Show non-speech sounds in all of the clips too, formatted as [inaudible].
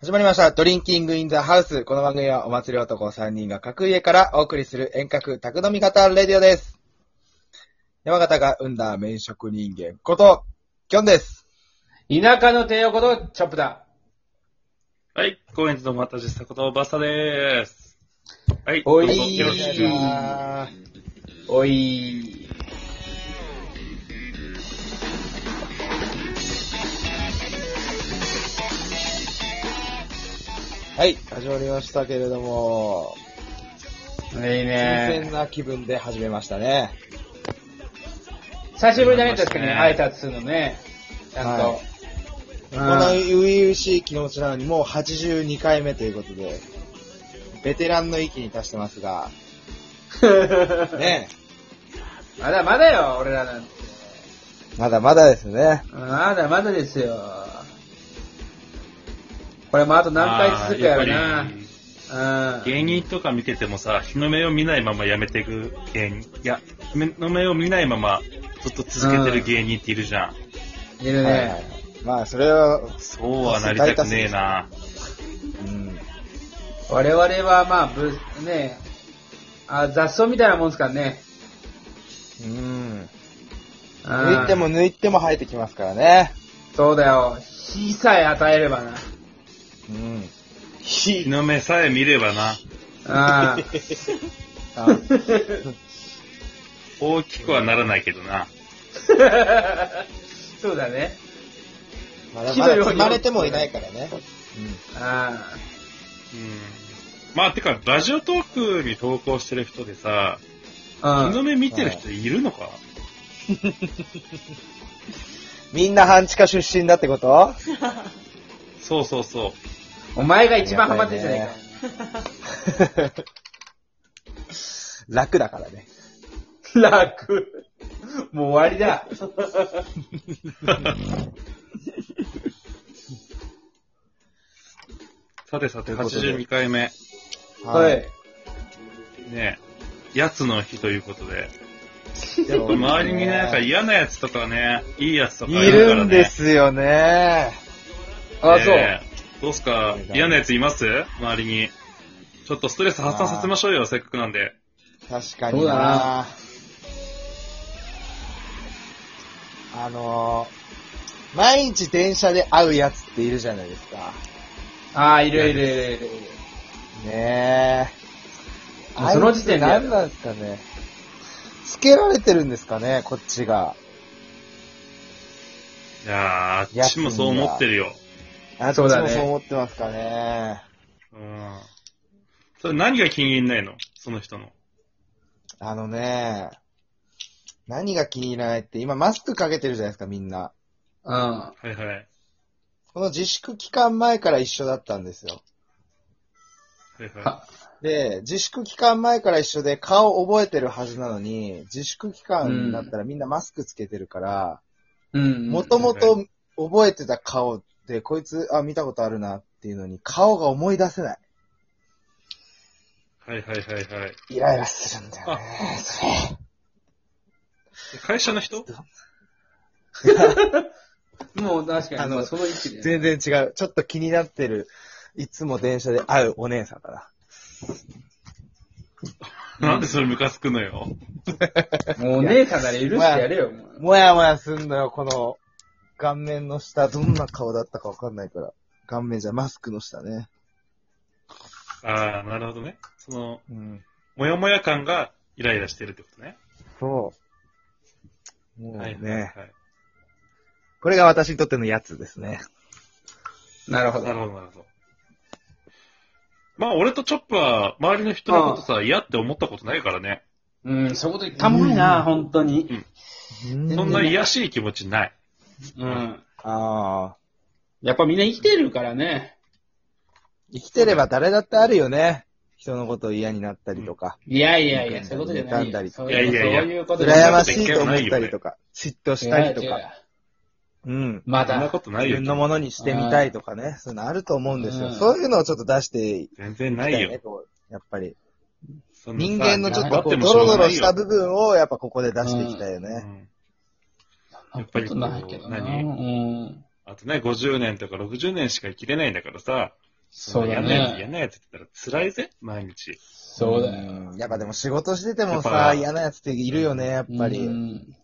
始まりました。ドリンキングインザハウス。この番組はお祭り男3人が各家からお送りする遠隔宅飲み型レディオです。山形が生んだ麺食人間こと、キョンです。田舎の帝王こと、チャップだ。はい、高円寺のお待たせしたこと、バッサでーす。はい、おいどうぞいいよろしく。なおい。はい、始まりましたけれども、いい新鮮ね。な気分で始めましたね。久しぶりだね、確かにね挨拶するのね。ちゃんはとい。うんこの初々しい気持ちなのにもう82回目ということで、ベテランの域に達してます [laughs] が、ね、まだまだよ、俺らなんて。まだまだですね。まだまだですよ。これもあと何回続くかやろあーやっな。ぱうりん。芸人とか見ててもさ、日の目を見ないままやめていく芸人。いや、日の目を見ないままずっと続けてる芸人っているじゃん。いるはいはいはいね。まあ、それは、そうはなりたくねえな。うん。我々はまあ、ぶ、ねあ雑草みたいなもんですからね。うん。うん抜いても抜いても生えてきますからね。そうだよ。火さえ与えればな。うん。日の目さえ見ればな、ああ。あ大きくはならないけどな。そうだね。まだ木まのだように積まれてもいないからね。あうん。まあ、てか、ラジオトークに投稿してる人でさ、あ。う日のん。目見てる人いるのかみんな半地下出身だってことそうそうそう。お前が一番ハマってるじゃないか。 [laughs] 楽だからね。 [laughs] 楽。もう終わりだ。さてさて、ということで82回目。は。い。ねえ、やつの日ということで。やっ周りにね、なんか嫌なやつとかね、いいやつとかいからねるんで。すよね。あ、そう。ねえどうすか嫌なやついます周りに。ちょっとストレス発散させましょうよ、せっかくなんで。確かにそうだなな。あのー、毎日電車で会うやつっているじゃないですか。ああ、いるいるいるいる。ねえ。もうその時点であいつ何なんですかね。つけられてるんですかね、こっちが。いやー、あっちもそう思ってるよ。あっちそもうだねそう思ってますかね。うん。それ何が気に入んないのその人の。あのね、何が気に入らないって、今マスクかけてるじゃないですか、みんな。うん。はいはい。この自粛期間前から一緒だったんですよ。はいははで、自粛期間前から一緒で顔覚えてるはずなのに、自粛期間になったらみんなマスクつけてるから、うん。もともと覚えてた顔で、こいつ、あ、見たことあるなっていうのに、顔が思い出せない。い。はいはいはいはい。イライラするんだよね。それ会社の人もう確かあに、のもうその一気で。 [laughs] 全然違う。ちょっと気になってる。いつも電車で会うお姉さんかな。なんでそれムカつくのよ。もうお姉さんなら許してやれよ、もう。もやもやすんのよ、この、顔面の下、どんな顔だったかわかんないから。顔面じゃマスクの下ね。あー、なるほどね。その、うん。もやもや感がイライラしてるってことね。そう。もうね、はいはいはい。これが私にとってのやつですね。なるほなど。るほど、なるほど。まあ、俺とチョップは、周りの人のことさ、嫌って思ったことないからね。うん、そういうこと言ったもんな、本当に。うんそんな癒しい気持ちない。うん。ああ。やっぱみんな生きてるからね。生きてれば誰だってあるよね。人のことを嫌になったりとか、いやいやいや、そういうことじゃないよ。そういういやいことやいやそういうことじゃない羨まいしいと思ったりとか、嫉妬したりと違う違か、ううん。まそんなだ。ことない自よ分。のものにしてみたいとかね、そういうのあると思うんですよ。うんそういうのをちょっと出していき全然なたいいね、よ。こうやっぱり。そんなさ人間のちょっとこう、ド頑張てロもょドうがロないしよた部分をやっぱここで出していきたいようね。んやっぱりことないけどな。何うん。あとね、50年とか60年しか生きれないんだからさ、そうだ嫌なやつ、ね。嫌なやつって言ったら辛いぜ、毎日。そうだよ。んやっぱでも仕事しててもやっさ、ぱ嫌なやつっているよね、やっぱり。ううんんい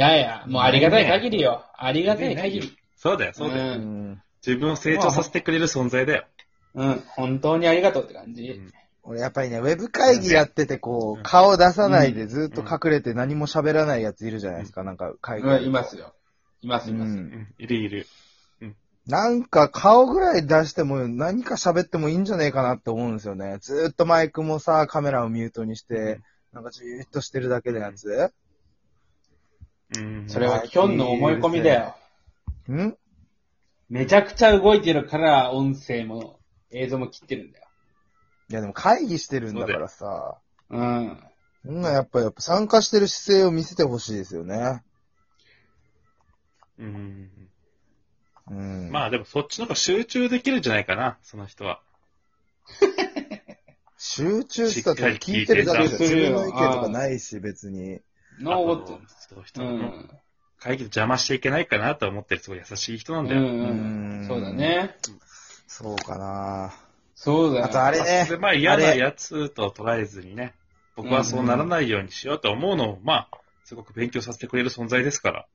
やいや、もうありがたい限りよ。ありがたい限り。そうだよ、そうだよ。ん。自分を成長させてくれる存在だよ。うん、本当にありがとうって感じ。うん俺やっぱりね、ウェブ会議やってて、こう、顔出さないでずっと隠れて何も喋らないやついるじゃないですか、なんか会議。うん、いますよ。います、ういます。ん。うんいるいる。なんか顔ぐらい出しても何か喋ってもいいんじゃねえかなって思うんですよね。ずーっとマイクもさ、カメラをミュートにして、なんかじーっとしてるだけのやつ。うん。それは、ヒョンの思い込みだよ。んめちゃくちゃ動いてるから、音声も映像も切ってるんだよ。いやでも会議してるんだからさ、うん。そんなやっぱやっぱ参加してる姿勢を見せてほしいですよね。うん。うん。まあでもそっちの方が集中できるんじゃないかな、その人は。集中したってしっかり聞聞いいててるるだけで自集中する分よの意見とかないし、別に。ノーあウとォッチ。その人うのん。会議で邪魔しちゃいけないかなと思ってる、すごい優しい人なんだうよ。ん、うん。そうだね。そうかなそうだよ。あとあれねで、。まあ嫌なやつと捉えずにね、僕はそうならないようにしようと思うのを、まあ、すごく勉強させてくれる存在ですから。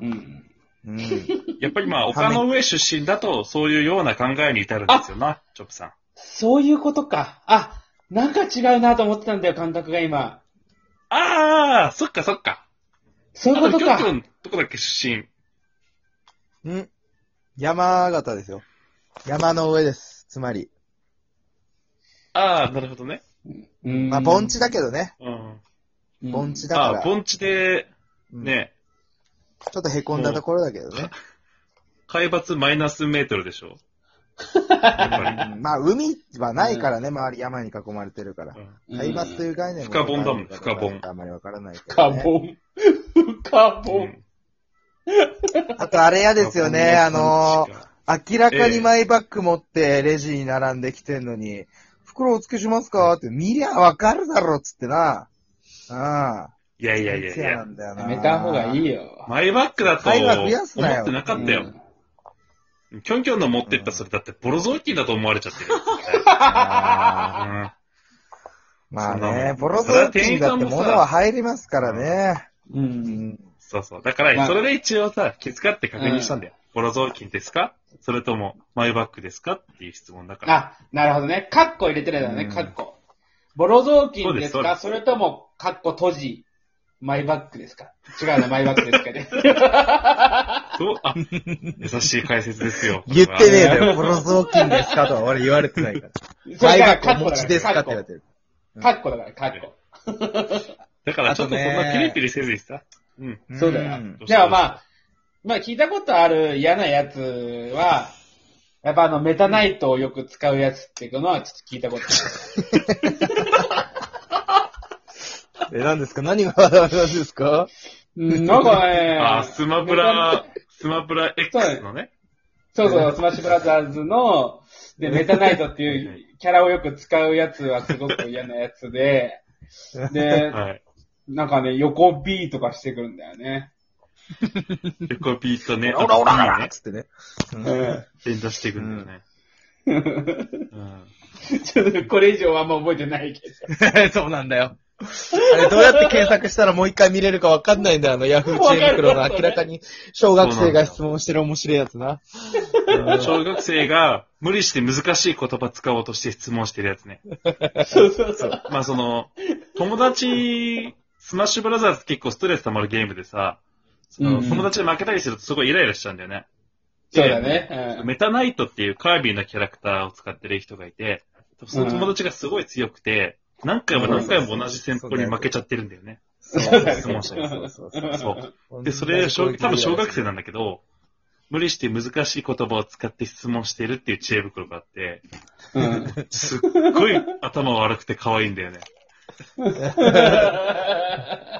うん。うん。やっぱりまあ、丘の上出身だと、そういうような考えに至るんですよな、チョップさん。そういうことか。あ、なんか違うなと思ってたんだよ、感覚が今。ああ、そっかそっか。そういうあ、ことと京か。都のどこだっけ出身。ん山形ですよ。山の上です。つまり。ああ、なるほどね。うんまあ、盆地だけどね。うん。うん盆地だかあら。あ、盆地で、ね、うんちょっと凹んだところだけどね。海抜マイナスメートルでしょ。やっぱうんまあ、海はないからね、周り山に囲まれてるからり。う。んうん海抜という概念も。深盆だもん深盆あんまりわからないけカど、ね。ボン。カボうン。んあと、あれ嫌ですよね。あのー、明らかえにえマイバッグ持ってレジに並んできてんのに、袋お付けしますかって、見りゃわかるだろっつってな。ああ。いやいいやいやいやな。んだよな。やめた方がいい。いよ。マイバッグだと会話増思やすなよってなかったよ。キョンキョンの持ってったそれだってボロ雑巾だと思われちゃ [laughs] ってるよ。うん [laughs] まあそうなねの、ボロ雑巾だって物は入りますからね。うん。う。うんん。そうそう。だかまら、あそれで一応さ、気遣って確認したんだよ。ボロ雑巾ですかそれとも、マイバッグですかっていう質問だから。あ、なるほどね。カッコ入れてるんだね、うんカッコ。ボロ雑巾ですそうでかすそれとも、カッコ閉じ、マイバッグですか違うな、マイバッグです [laughs] かね。そう、あ、優しい解説ですよ。 [laughs] 言ってねえだこれはよ。ボロ雑巾ですかとは俺言われてないから。そマれイからバッグお持ちですかって言われてる。カッコだから、カッコ。だから、ちょっとそんあとなねピリピリせずにさ。うん。んそうだよんうんじゃあまあ、まあ聞いたことある嫌なやつは、やっぱあの、メタナイトをよく使うやつっていうのはちょっと聞いたことあ [laughs] る。え、何ですか何が笑うなんですかうん、なんかね、あ、スマブラ、スマブラ X のね。そうそう、スマッシュブラザーズの、で、メタナイトっていうキャラをよく使うやつはすごく嫌なやつで、で、はい。なんかね、横 B とかしてくるんだよね。横ピーとね、オラオラオラオラねっ、つってね。連打していくんだよね。うん。ちょっとこれ以上はあんま覚えてないけ [laughs] そうなんだよ。あれどうやって検索したらもう一回見れるかわかんないんだよ、あのヤフー知恵袋の明らかに小学生が質問してる面白いやつな。小学生が無理して難しい言葉使おうとして質問してるやつね。ど。そうそうそう。まあその、友達、スマッシュブラザーズ結構ストレス溜まるゲームでさ、そのうん友達に負けたりするとすごいイライラしちゃうんだよね。そうだね。うんメタナイトっていうカービィのキャラクターを使ってる人がいて、その友達がすごい強くて、何回も何回も同じ戦法に負けちゃってるんだよね。そう質問そ者うそうそうそう。そうで、それ、小多分小学生なんだけど、無理して難しい言葉を使って質問してるっていう知恵袋があって、うん。すっごい頭悪くて可愛いんだよね。 [laughs]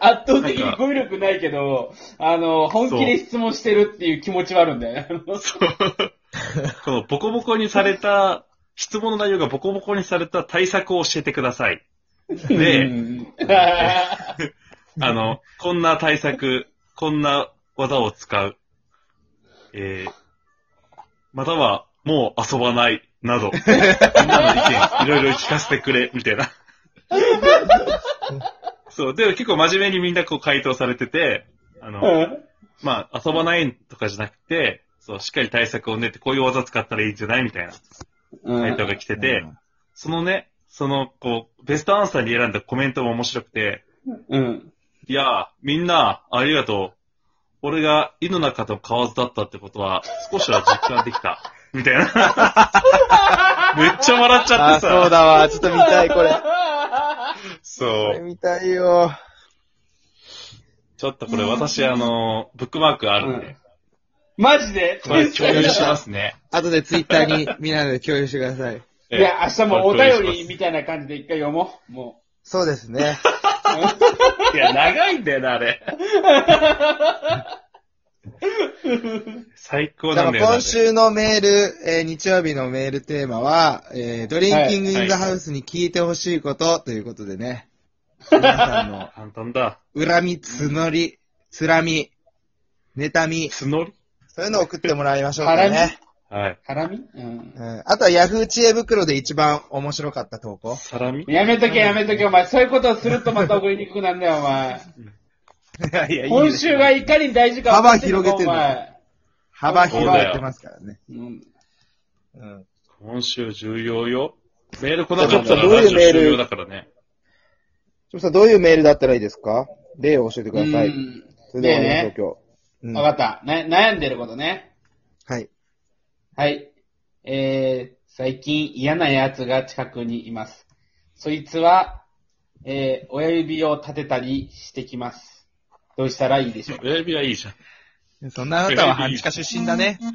圧倒的に語彙力ないけど、あの、本気で質問してるっていう気持ちはあるんだよね。そう。このボコボコにされた、質問の内容がボコボコにされた対策を教えてくださ [laughs] い。うで、んあの、こんな対策、こんな技を使う。えー、または、もう遊ばない、など、みんなの意見、いろいろ聞かせてくれ、みたいな。そう、で、結構真面目にみんなこう回答されてて、あの、うん。まあ、遊ばないとかじゃなくて、そう、しっかり対策を練って、こういう技使ったらいいんじゃないみたいなう回ん答が来てて、そのね、その、こう、ベストアンサーに選んだコメントも面白くて、うん。いやー、みんな、ありがとう。俺が井の中と河津だったってことは、少しは実感できた。みたいな。めっちゃ笑っちゃあ、ってさ。そうだわ。ちょっと見たい、これ。そこれう。見たいよ。ちょっとこれ私、あの、ブックマークあるんで、 [laughs] マジでこれ共有しますね。あとでツイッターにみんなで共有してください。いや、明日もお便りみたたいな感じで一回読もう。もそうですね。 [laughs] いな。いや、長いんだよな、あれ。最高じゃなあんだよな。あれ今週のメール、えー日曜日のメールテーマは、えードリンキングインザハウスに聞いてほしいことということで [laughs] ね。皆さんの簡単だ。恨み、つのり、つらみ、妬み、募りそういうのを送ってもらいましょうかね。はい。う、ハラミうんう。ん、あとはヤフー知恵袋で一番面白かった投稿。 [laughs] サラミやめとけやめとけ、お前。そういうことをするとまた送りにくくなるんだよ、お前。いやいや今週がいかに大事か分かってるのか幅広げてんだお前幅広がってますからね。うんうん、今週重要よ。メール来なかったらどういうラジオメール終了だからね。ちょっとどういうメールだったらいいですか例を教えてください。うんそれでは、ねね、今日。わかった。な悩んでることね。はい。はい。えー、最近嫌な奴が近くにいます。そいつは、えー、親指を立てたりしてきます。どうしたらいいでしょうか親指はいいじゃん。そんなあなたは半地下出身だね。